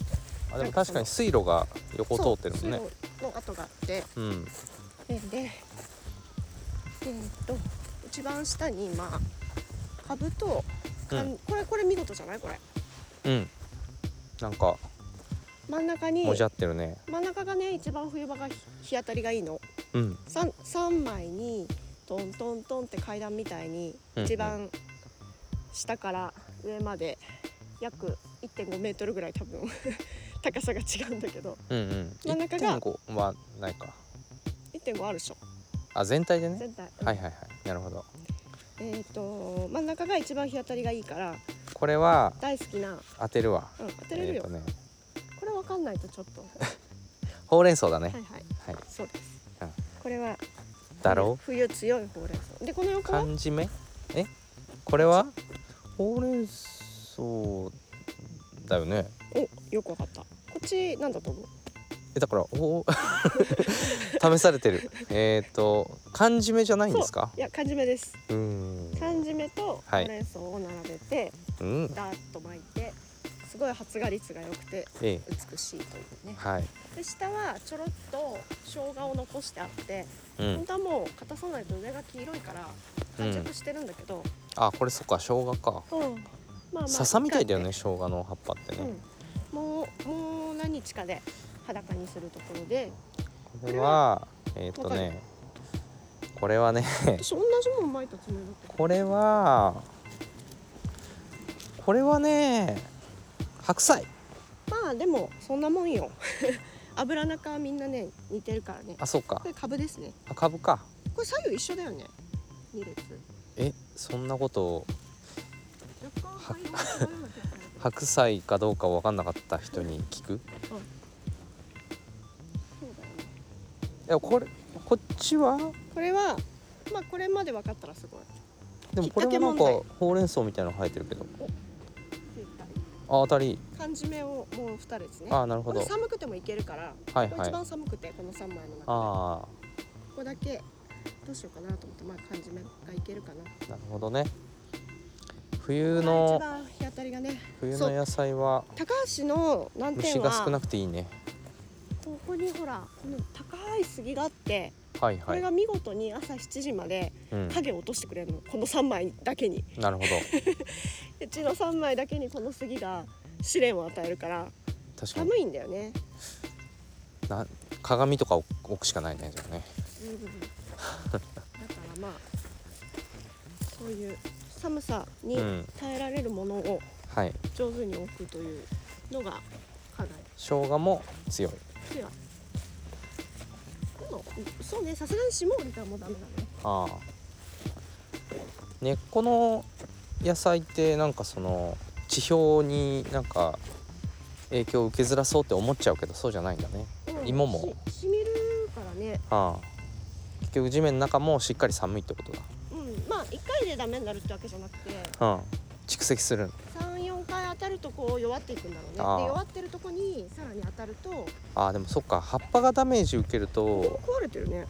あでも確かに水路が横
そう
通ってるもんね
水路の跡があって
うん
ででえーっと一番下にまあ株と、かん
う
これこれ見事じゃないこれ
うんなんか
真ん中に
もじゃってるね
真ん中がね一番冬場が日日当たりがいいの
うん
三三枚にトントントンって階段みたいに
うん
一番下から上まで約1.5メートルぐらい多分 高さが違うんだけど
うんうん
真ん中が
1.5はないか
1.5あるでしょ
あ全体でね
全体、うん
はいはいはいなるほど
えっ、と真ん中が一番日当たりがいいから
これは
大好きな、
当てるわ
うん、当てれる
えー
よ、
とね
これわかんないとちょっとは
ほうれん草だね
いはい
はい
そうです、
うん
これは
だろう
冬強いほうれん草でこの横は
漢字目えこれはほうれん草だよね
およくわかったこっちなんだと思う
えだからお 試されてるえっ、と漢字目じゃないんですか
いや缶詰です
うーん
缶詰とほ
はいう
れん草を並べて、
うん
ダーッと巻いてすごい発芽率が良くて
ええ
美しいというね
はい
で下はちょろっと生姜を残してあって、
うん
本当はもう勝たさないと上が黄色いから完熟してるんだけど、
あこれそっか生姜か
うんまあまあ
笹みたいだよね
一
生姜の葉っぱっ
回
て
で
ね、
うん、もうもう何日かで裸にするところで
これはえっ、とねこれはね
私同じもん巻いたつもりだった
これはこれはね白菜
まあでもそんなもんよ 油中はみんなね似てるからね
あそうか
これ株ですね
あ株か
これ左右一緒だよね2列
えそんなことを
若干灰色が違うような気がするけど
白菜かどうか分かんなかった人に聞く
そうだよね
いやこれこっちは
これはまあこれまで分かったらすごい
でもこれはなんかほうれん草みたいなの生えてるけどあ当たり
缶詰をもう2列ね
あなるほ
こ
ど
れ寒くてもいけるから、
はい
これ
は
一
い
番寒くてこの3枚の中
あ
でここだけどうしようかなと思ってまあ缶詰がいけるかな
ーなるほどね冬
一
の
番日当たりがね
冬
そ
の
う
野菜は
高橋の難
虫
点
が少な
は
くていいね
ここにほらこの高い杉があって
はい
こ
は
れ
い、
が見事に朝7時まで
うん、
影を落としてくれるのこの3枚だけに
なるほど
うちの3枚だけにこの杉が試練を与えるから
確かに
寒いんだよね
な鏡とか置置くしかないねじゃあね
うんうんうんだからまあそういう寒さに
うん
耐えられるものを
はい
上手に置くというのが課題、
生姜も強い
強いでもそうねさすがに霜降りたらもうダメだね
ああ根っこの野菜ってなんかその地表になんか影響を受けづらそうって思っちゃうけどそうじゃないんだね
うん
芋も
し染みるからね
ああ結局地面の中もしっかり寒いってこと
うんまあ1回でダメになるってわけじゃなくて
だ、うん、蓄積する
34回当たるとこう弱っていくんだろうね
あー
で弱ってるとこにさらに当たると
ああでもそっか葉っぱがダメージ受けると
壊れてるね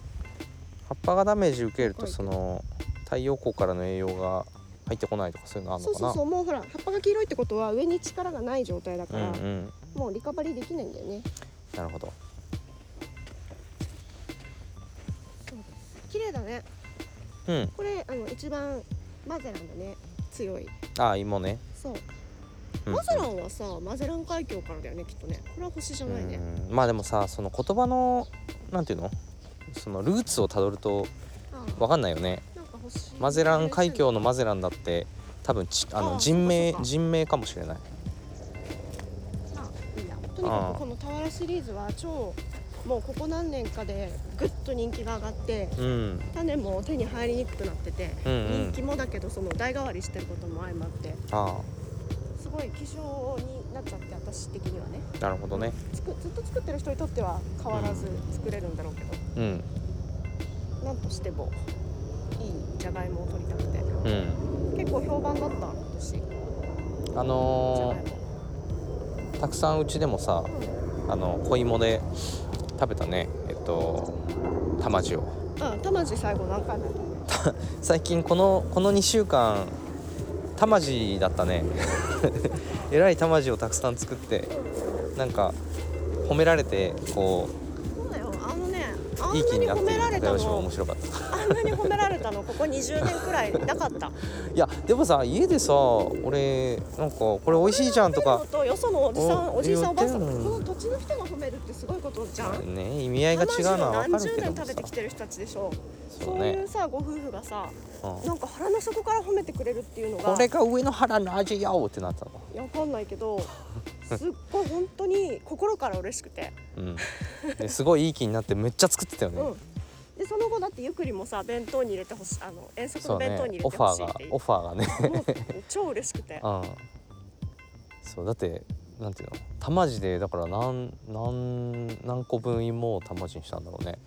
葉っぱがダメージ受けると
はい
その太陽光からの栄養が入ってこないとかそういうのある
そう
のか
そ
な
うそうもうほら葉っぱが黄色いってことは上に力がない状態だか
ん
ら、
うん
もうリカバリーできないんだよね
なるほど
綺麗だね
うん
これあの一番マゼランだね強い
ああ芋ね、
そう、
うん、
マゼランはさマゼラン海峡からだよねきっとねこれは星じゃないね、
うんまあでもさその言葉のなんていうのそのルーツをたどると
あ
わかんないよね
なんか星
マゼラン海峡のマゼランだって多分ちあ
あ
の
あ
人名
そうかそうか
人名かもしれない
あいいやとにかくこの俵シリーズは超もうここ何年かでぐっと人気が上がって
うん
種も手に入りにくくなってて、
うんうん
人気もだけどその代替わりしてることも相まって
あ
すごい希少になっちゃって私的にはね
あなるほどね
つくずっと作ってる人にとっては変わらず作れるんだろうけど、
うん
なんとしてもいいじゃがいもを取りたくて
うん
結構評判だった今年じ
あ
ゃが
の
いも
ーたくさんうちでもさあの小芋で食べたねえっと玉塩
うん、うん、玉地最後何回もやった
最近このこの2週間玉地だったね えらい玉地をたくさん作ってなんか褒められてこ
そうだよあのねあん
ういい気
な
に
に
なっ
褒
て
め
る
られた
片吉も面
の
白かった
あんなに褒められたのここ20年くらいなかった
いやでもさ家でさ俺なんかこれ美味しいじゃんとか
とよそのおじさん
お
おじいさんおばあさん
言
こ
ってんのに
の土地の人が褒めるってすごいことじゃん
ね意味合いが違うのは分か
何
る
十
けど
年食
もさ
べてきてる人たちでしょ
そ
そううい
ね
うさご夫婦がさ
うん
なんか腹の底から褒めてくれるっていうのが
これが上の原の味やおってなったわ
いやわかんないけどすっごい本当に心から嬉しくて、
うんですごいいい気になってめっちゃ作ってたよね
うん、でその後だってゆくりもさ弁当に入れてほしいあの遠足
そ
の
う
弁
ね
当に入れ
オフ
て
ァ
ほ
ー
しいっ
が
て
オファーがね
言ってもう超嬉しくて
うんそうだってなんていうの玉地でだから何何何個分芋を玉地にしたんだろうね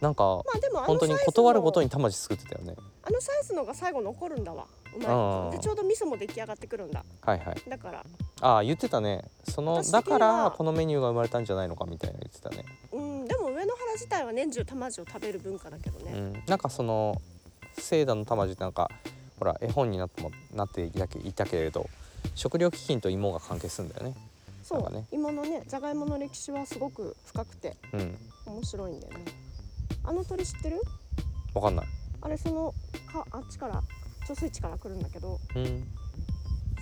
なんか
まあでもあの
本
サ
当
イズの
に断るごとに玉地作ってたよね
あのサイズのが最後残るんだわうまい
うん
ことでちょうど味噌も出来上がってくるんだ
はいはい
だから
ああ言ってたねその
私
だ
的に
か
は
らこのメニューが生まれたんじゃないのかみたいな言ってたね、
うんでも上野原自体は年中玉地を食べる文化だけどね、
うん、なんかそのセイダの玉地ってなんかほら絵本になってもなっていたけいたけれど食料基金と芋が関係するんだよね
そう
なんかね
今のねじゃがいもの歴史はすごく深くて
うん
面白いんだよねあの鳥知ってる
わかんない
あれそのかあっちから貯水池から来るんだけど
うん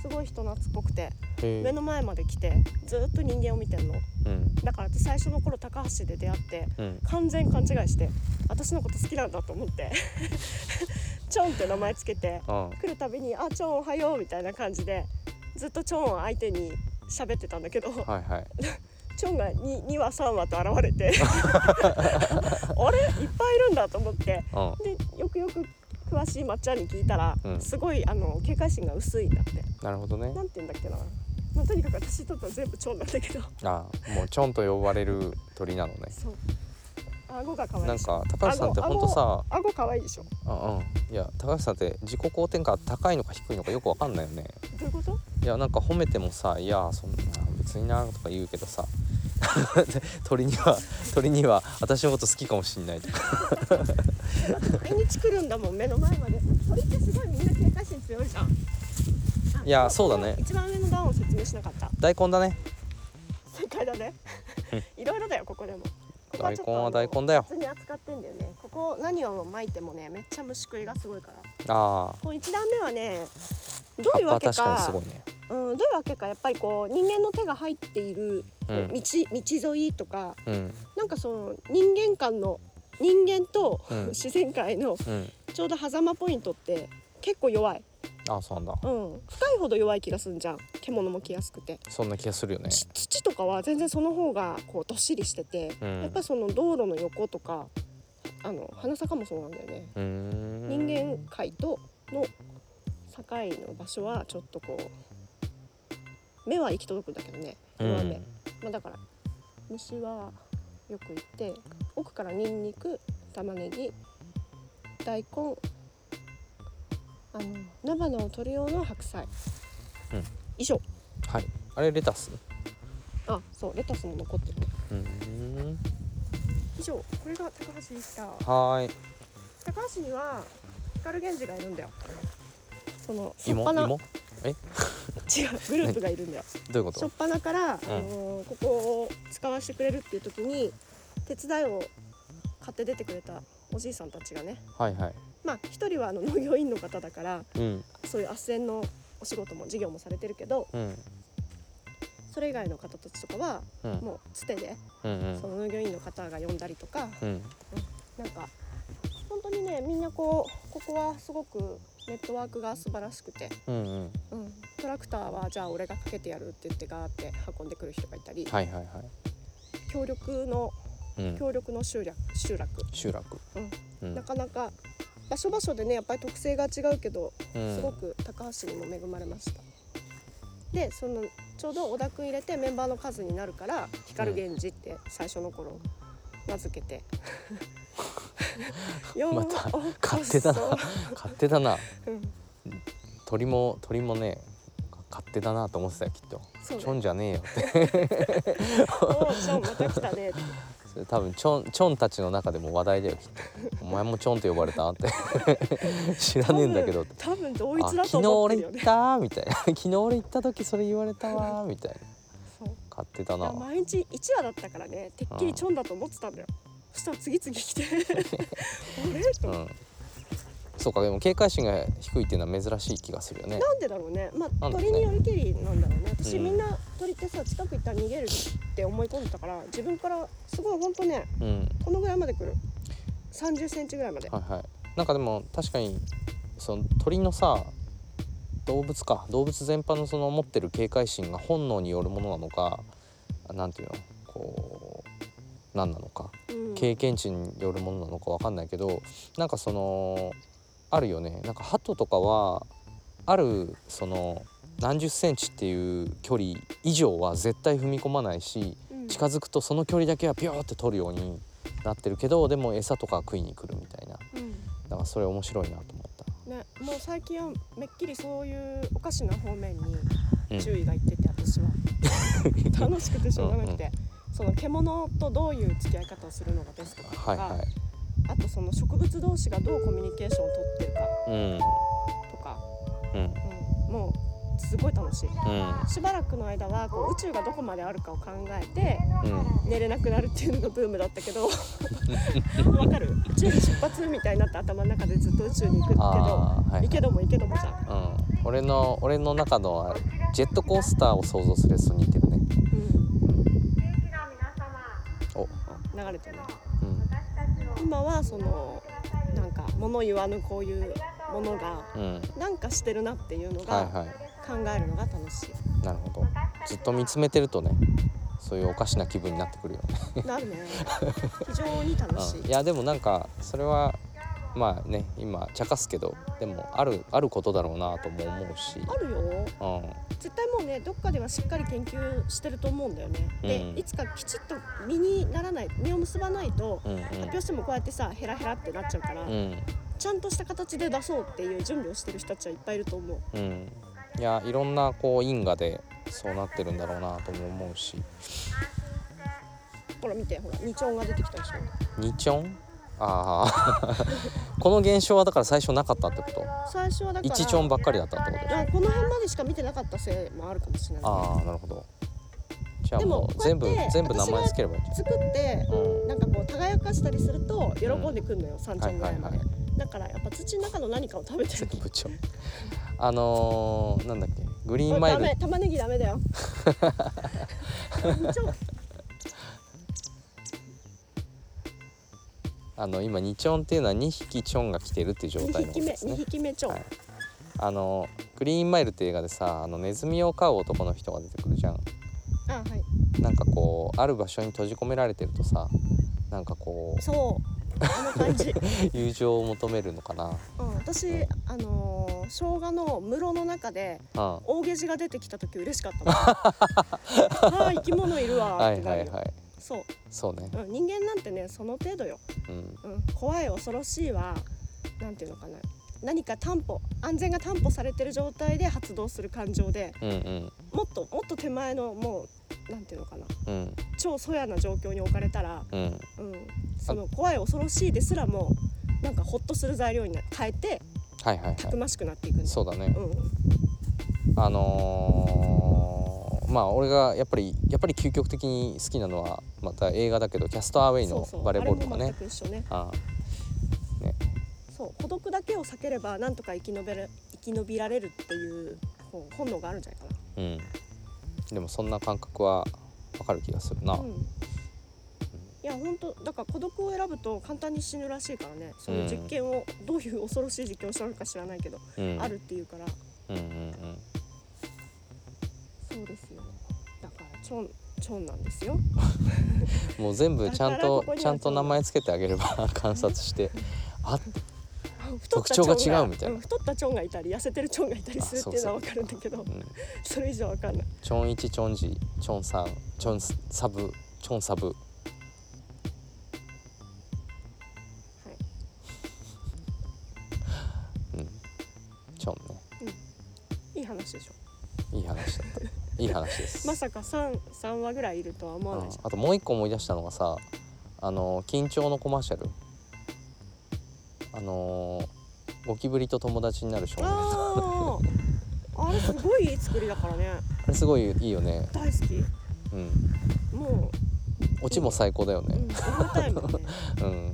すごい人懐っこくて
へ
目
え
の前まで来てずーっと人間を見てんの
うん
だから私最初の頃高橋で出会って
うん
完全勘違いして私のこと好きなんだと思って チョンって名前つけて
あ
来るたびに「あチョンおはよう」みたいな感じでずっとチョンを相手に喋ってたんだけど
あはいはい
チョンが 2, 2話3話と現れ てあれいっぱいいるんだと思って
うん
でよくよく詳しいまっちゃんに聞いたら、
うん
すごいあの警戒心が薄いんだって
なるほどね
なんて言うんだっけな、まあ、とにかく私にとっては全部チョンなんだけど
あもうちょんと呼ばれる鳥なのね
そう顎が可愛い
な
で
ん
しょ
か高橋さんってほんとさ
顎可愛いでしょ
あうんいや高橋さんって自己肯定感高いのか低いのかよくわかんないよね
どういうこと
いやなんか褒めてもさ「いやそんな別にな」とか言うけどさ 鳥には鳥には私のこと好きかもしんないとか
毎日来るんだもん目の前まで鳥ってすごいみんな警戒心強いじゃんあ
いや
こ
そうだね
一番上の段を説明しなかった
大根だね
正解だ ねいろいろだよここでもここ
大
ちょっ
根
とあ
は
の
大根だよ
普通に扱ってんだよねここ何を巻いてもねめっちゃ虫食いがすごいから
あ
この1段目はねど
あ
ういう
葉
わ
っぱ
け
確かに
か
すごいね
うん、どういうわけかやっぱりこう人間の手が入っている
う
道,、
ん
道沿いとか
うん
なんかその人間間の人間と
うん
自然界の
うん
ちょうど狭間ポイントって結構弱い
あそうなんだ
うん深いほど弱い気がすんじゃん獣も来やすくて
そんな気がするよね
ち土とかは全然その方がこうどっしりしてて、
うん
やっぱりその道路の横とかあの花坂もそうなんだよね、
うーん
人間界との境の場所はちょっとこう目は行き届くんだけどね
うん
大雨、まあ、だから虫はよく行って奥からニンニク玉ねぎ大根あの菜花を取る用の白菜、
うん
以上
はいあれレタス
あそうレタスも残ってるね
うーん
以上これが高橋でした
はーい
高橋には光源氏がいるんだよその初っ
芋
ぱな違う
芋え
グループがいる んだよ
どういうこ
初っ
と
ぱなから、あのーここを使わせてくれるっていう時に手伝いを買って出てくれたおじいさんたちがね
はいはい
まあ一人はあの農業委員の方だから
うん
そういう斡旋のお仕事も事業もされてるけど
うん
それ以外の方たちとかは
うん
もうつてで
うんうん
その農業委員の方が呼んだりとか
うん
なんか本当にねみんなこうここはすごくネットワークが素晴らしくて、
うんうん
うん、トラクターはじゃあ俺がかけてやるって言ってガーって運んでくる人がいたり、
はいはいはい
協力の
うん
協力の集落集落、
集落
うん
うん
なかなか場所場所でねやっぱり特性が違うけど
うん
すごく高橋にも恵まれました。でそのちょうど小田君入れてメンバーの数になるから光源氏って最初の頃名付けて四
また
お
勝手だ
そう
な勝手だな
うん
鳥も鳥もね勝手だなと思ってたよきっと
そうね
ちょんじゃねえよって
おーちょんまた来た ねって
それ多分ちょんちょんたちの中でも話題だよきっとお前もちょんと呼ばれたって 知らねえんだけどって
多分同
あ
一だと
昨日
思っ
俺
てるよ
行っ
ね
たみたいな昨日俺行った時それ言われたわみたいな
そう
勝手だ
だ
な
から毎日一話だったからねてっきりちょんだと思ってたんだよそしたら次々来て あれと
う
思って
んそうかでも警戒心が低いっていうのは珍しい気がするよね
なんでだろうねまあ
なんだろうね
鳥によりけりなんだろうね私、
うん
みんな鳥ってさ近く行ったら逃げるって思い込んでたから自分からすごいほんとね
うん
このぐらいまで来る3 0ンチぐらいまで、
はいはいなんかでも確かにその鳥のさ動物か動物全般のその持ってる警戒心が本能によるものなのかなんていうのこう何なのか
うん、
経験値によるものなのかわかんないけどなんかそのあるよねなんか鳩とかはあるその何十センチっていう距離以上は絶対踏み込まないし
うん
近づくとその距離だけはピョーって取るようになってるけどでも餌とかは食いに来るみたいな
うん
だからそれ面白いなと思っ
ね、もう最近はめっきりそういうおかしな方面に
うん
注意がいってて、私 は楽しくてしょうがなくて、その獣とどういう付き合い方をするのがベストかと
た
か、
はいは
あとその植物同士がどうコミュニケーションを取ってるか
いうん
とか、
うん
うん、もうすごい楽しい。
うん
しばらくの間はこう宇宙がどこまであるかを考えて
うん
寝れなくなるっていうのがブームだったけど わかる宇宙に出発みたいになって頭の中でずっと宇宙に行くけど、
ああーはい
行けども行けどもじゃん、
うん俺の俺の中のあれジェットコースターを想像するやつと似てる
う
ね
ん、
お
流れてるね
う
今はそのなんか物言わぬこういうものが
んうん
なんかしてるなっていうの
はい
が
は
考えるのが楽し
いなるほどずっと見つめてるとねそういうおかしな気分になってくるよね、
い、な るね非常に楽しい、
うん、いやでもなんかそれはまあね今茶化すけどでもあるあることだろうなとも思うし
あるよ
うん
絶対もうねどっかではしっかり研究してると思うんだよね、
うん
でいつかきちっと身にならない身を結ばないと
うん
発表してもこうやってさヘラヘラってなっちゃうから、
うんうん
ちゃんとした形で出そうっていう準備をしてる人たちはいっぱいいると思う
うん、いやいろんなこう因果でそうなってるんだろうなとも思うし
ほら見てほら二丁が出てきたでしょ
二ちょんあ あこの現象はだから最初なかったってこと
最初はだから
一ちょんばっかりだったってことでしょ
あこの辺までしか見てなかったせいもあるかもしれない
ああなるほどじゃあ
でも
もう全部
こうやって
全部名前つければいいんじ
作って
ゃんうん
なんかこう輝かしたりすると喜んでくんのよ、三丁
はい
ぐ
は
らい
い
ま
は
で、
い
だからやっぱ土の中の何かを食べてる
全 部ちょあのー、なんだっけグリーンマイ
ダ
ル
メ玉ねぎダメだよ二丁
あの今二ちょんっていうのは二匹ちょんが来てるっていう状
二
態の
匹
こと
目
です
二
ね
匹目超、
はいあのグリーンマイルって映画でさあのネズミを飼う男の人が出てくるじゃん
あはい
なんかこうある場所に閉じ込められてるとさなんかこ
そうあの感 じ、う
う友情を求めるのかな、 うん
ん、私あのー生姜の室の中で
は
大ゲジが出てきた時嬉しか ったもんあー生き物いるわーっ
い
て
は
ないるよ
はい
そう、
そうね
うん、人間なんてねその程度よ、
うん
うん、怖い恐ろしいはなんていうのかな何か担保安全が担保されてる状態で発動する感情で
うんうん
もっともっと手前のもうなんていうのかな
うん
超粗野な状況に置かれたら、
うん
うん、その怖い恐ろしいですらもなんかホッとする材料にな変えて
はいはい
たく
は
ましくなっていくん
い
だ
そうだね
うん、
あのーまあ俺がやっぱりやっぱり究極的に好きなのはまた映画だけどキャストアウェイ
そう
の
そう
バレーボールとか
あれ
ね
も全く一緒ね
あ
そう孤独だけを避ければなんとか生き延べる生き延びられるっていうこう本能があるんじゃないか
あうんでもそんな感覚はわかる気がするな、
な、うん、いや本当だから孤独を選ぶと簡単に死ぬらしいからねそういう実験を、どういう恐ろしい実験をしたのか知らないけど、
うん、
あるっていうから
うんうんうん
そうですよだからチョンチョンなんですよ
もう全部ちゃん
だから
と
ここには
ちゃんと名前つけてあげれば観察してあ
太った
特徴が違うみた
チョ
いな
ンがん太ったチョンがいたり痩せてるチョンがいたりするっていうのは
あ
分かるんだけど
うん
それ以上わかんない
チョンイチチョンジチョンさんチョンサブチョンサブ
はい
チョンね
いい話でしょ
いい話だったいい話で す、
まさか 3, 三話ぐらいいるとは思わないじゃん
うんあともう一個思い出したのがさあの緊張のコマーシャルあのゴキブリと友達になる少年あ
あああれすごいいい作りだからね
れすごいいいよね
大好き
うん
も
オチも最高だよ
う、う
ね
ん、重たいもん ね
うん、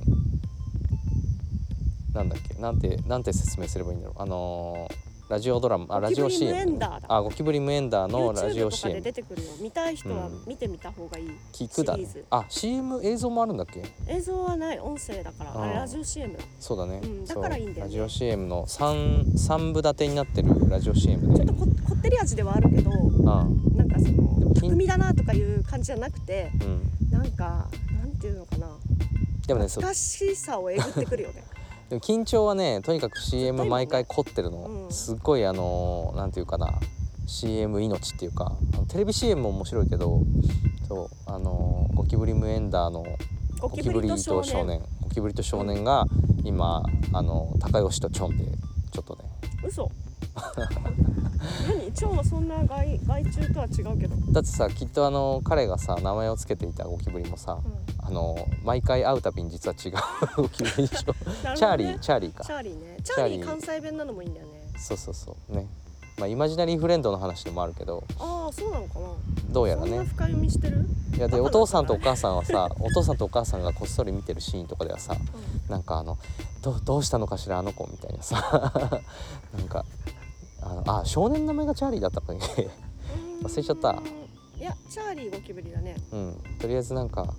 なんだっけなんてなんて説明すればいいんだろうあのーラジオドラマあラジオ
ゴキブリ
CM
ムエンダーだ
あゴキブリムエンダーのラジ
YouTube と
オ
か
CM
で出てくるよ見たい人は
うん
見てみた方がいい、
聞くだ、
シリ
ね
ーズ、
あ CM 映像もあるんだっけ
映像はない音声だからあれ
あー
ラジオ CM だ
そうだね、
うんだからいいんだよね
そうラジオ CM の三三部立てになってるラジオ CM
ちょ
で
っとここってり味ではあるけど
あ
なんかそ
でも
の
金
巧みだなとかいう感じじゃなくて
あうん
なんかなんていうのかな
でもねそう
懐かしさをえぐってくるよ ね
でも緊張はねとにかく
絶対
CM
もう
毎回凝ってるの、
うん
すっごいあのーなんていうかな CM 命っていうかあのテレビ CM も面白いけどそうあのーゴキブリムエンダーの
ゴキブリと少年
ゴキブリと少年が今あの高吉とチョンでちょっとね
嘘 何チョンはそんな害害虫とは違うけど、うん、
だってさきっとあの彼がさ名前をつけていたゴキブリもさあの毎回会うたびに実は違うゴキブリでしょ
なるほどね
チャーリーチャーリーか
チャーリーねチ
チ
ャ
ャー
ー
リー
リー関西弁なのもいいんだよね
そうそうそうねまあイマジナリーフレンドの話でもあるけど
ああそうなのかな
どうやら
そんな
ね
深読みしてる
いやで
バ
お
カなんだ
父さ
なん
とお母さんはさお父さんとお母さんがこっそり見てるシーンとかではさなんかあのどどうしたのかしらあの子みたいなさ なんかあのあ少年の名前がチャーリーだったかね
うん
忘れちゃった
いやチャーリーゴキブリだね
うんとりあえずなんか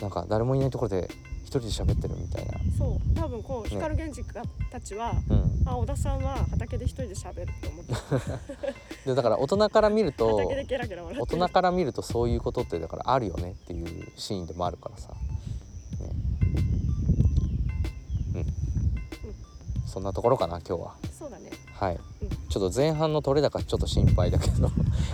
なんか誰もいないところで一人で喋ってるみたいな
そう多分こう
ね
光源氏がたちは、
うん
あ小田さんは畑で一人で喋るって思って
でだから大人から見ると
畑でゲラゲラ笑
大
ってる
人から見るとそういうことってだからあるよねっていうシーンでもあるからさ、ねうん、そんなところかな今日は
そうだね
はい
うん
ちょっと前半の取れ高ちょっと心配だけど
あ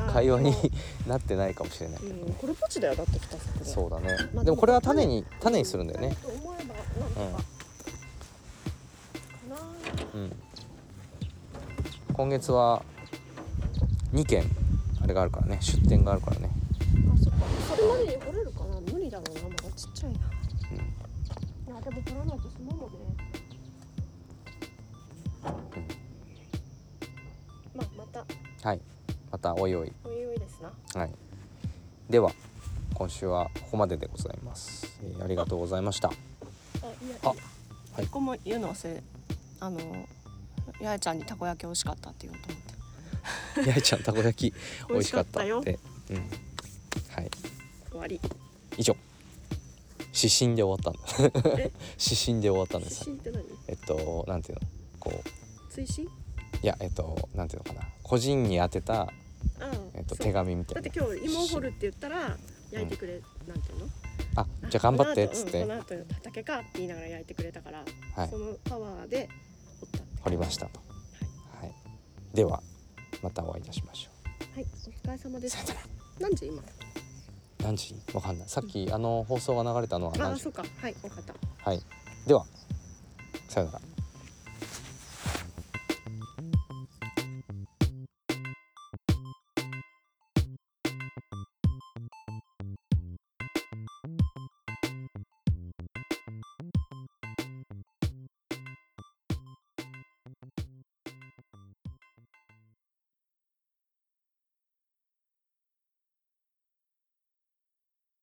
ー
会話に
でも
なってないかもしれないけど
うん、これポチだよだって二作
そうだね
まあ
でもこれは種
で
に種にするんだよね
と思えばなんとか、
うん
かな
うん今月は2件あれがあるからね出店があるからね
あそっかそれまでに掘れるかな無理だろうなまだちっちゃいな、いやでも掘らないと島もねまあまた
はいまたおいおい
おいおいですな
はいでは今週はここまででございます、えーありがとうござい ました
あいや
あはい
一個も言うの忘れあの八重ちゃんにたこ焼き美味しかった って言おうと思って
やいちゃんたこ焼き美
美
味
味
し
し
か
か
っ
ったた
って
よ
うんはい
終わり
以上指針で終わったんだ
え
指針で終わったんです
指針って何
えっとなんていうのこう
追伸
いやえっとなんていうのかな個人に宛てた、えっと、手
だ
紙みた
っ
い
て
な
今日芋を掘るって言ったら焼いてくれ、なんていうの
あじゃあ頑張ってっつって
この後,、うん、この後畑かって言いながら焼いてくれたから、
はい
そのパワーで掘ったって
掘りましたと、はい、ではまたお会いいたしましょ
はいお疲れ様で
う
す
さよなら
何時今
何時わかんないさっきあの放送が流れたのは
あ
何
あ
時
そうかはい分かった
はいではさよなら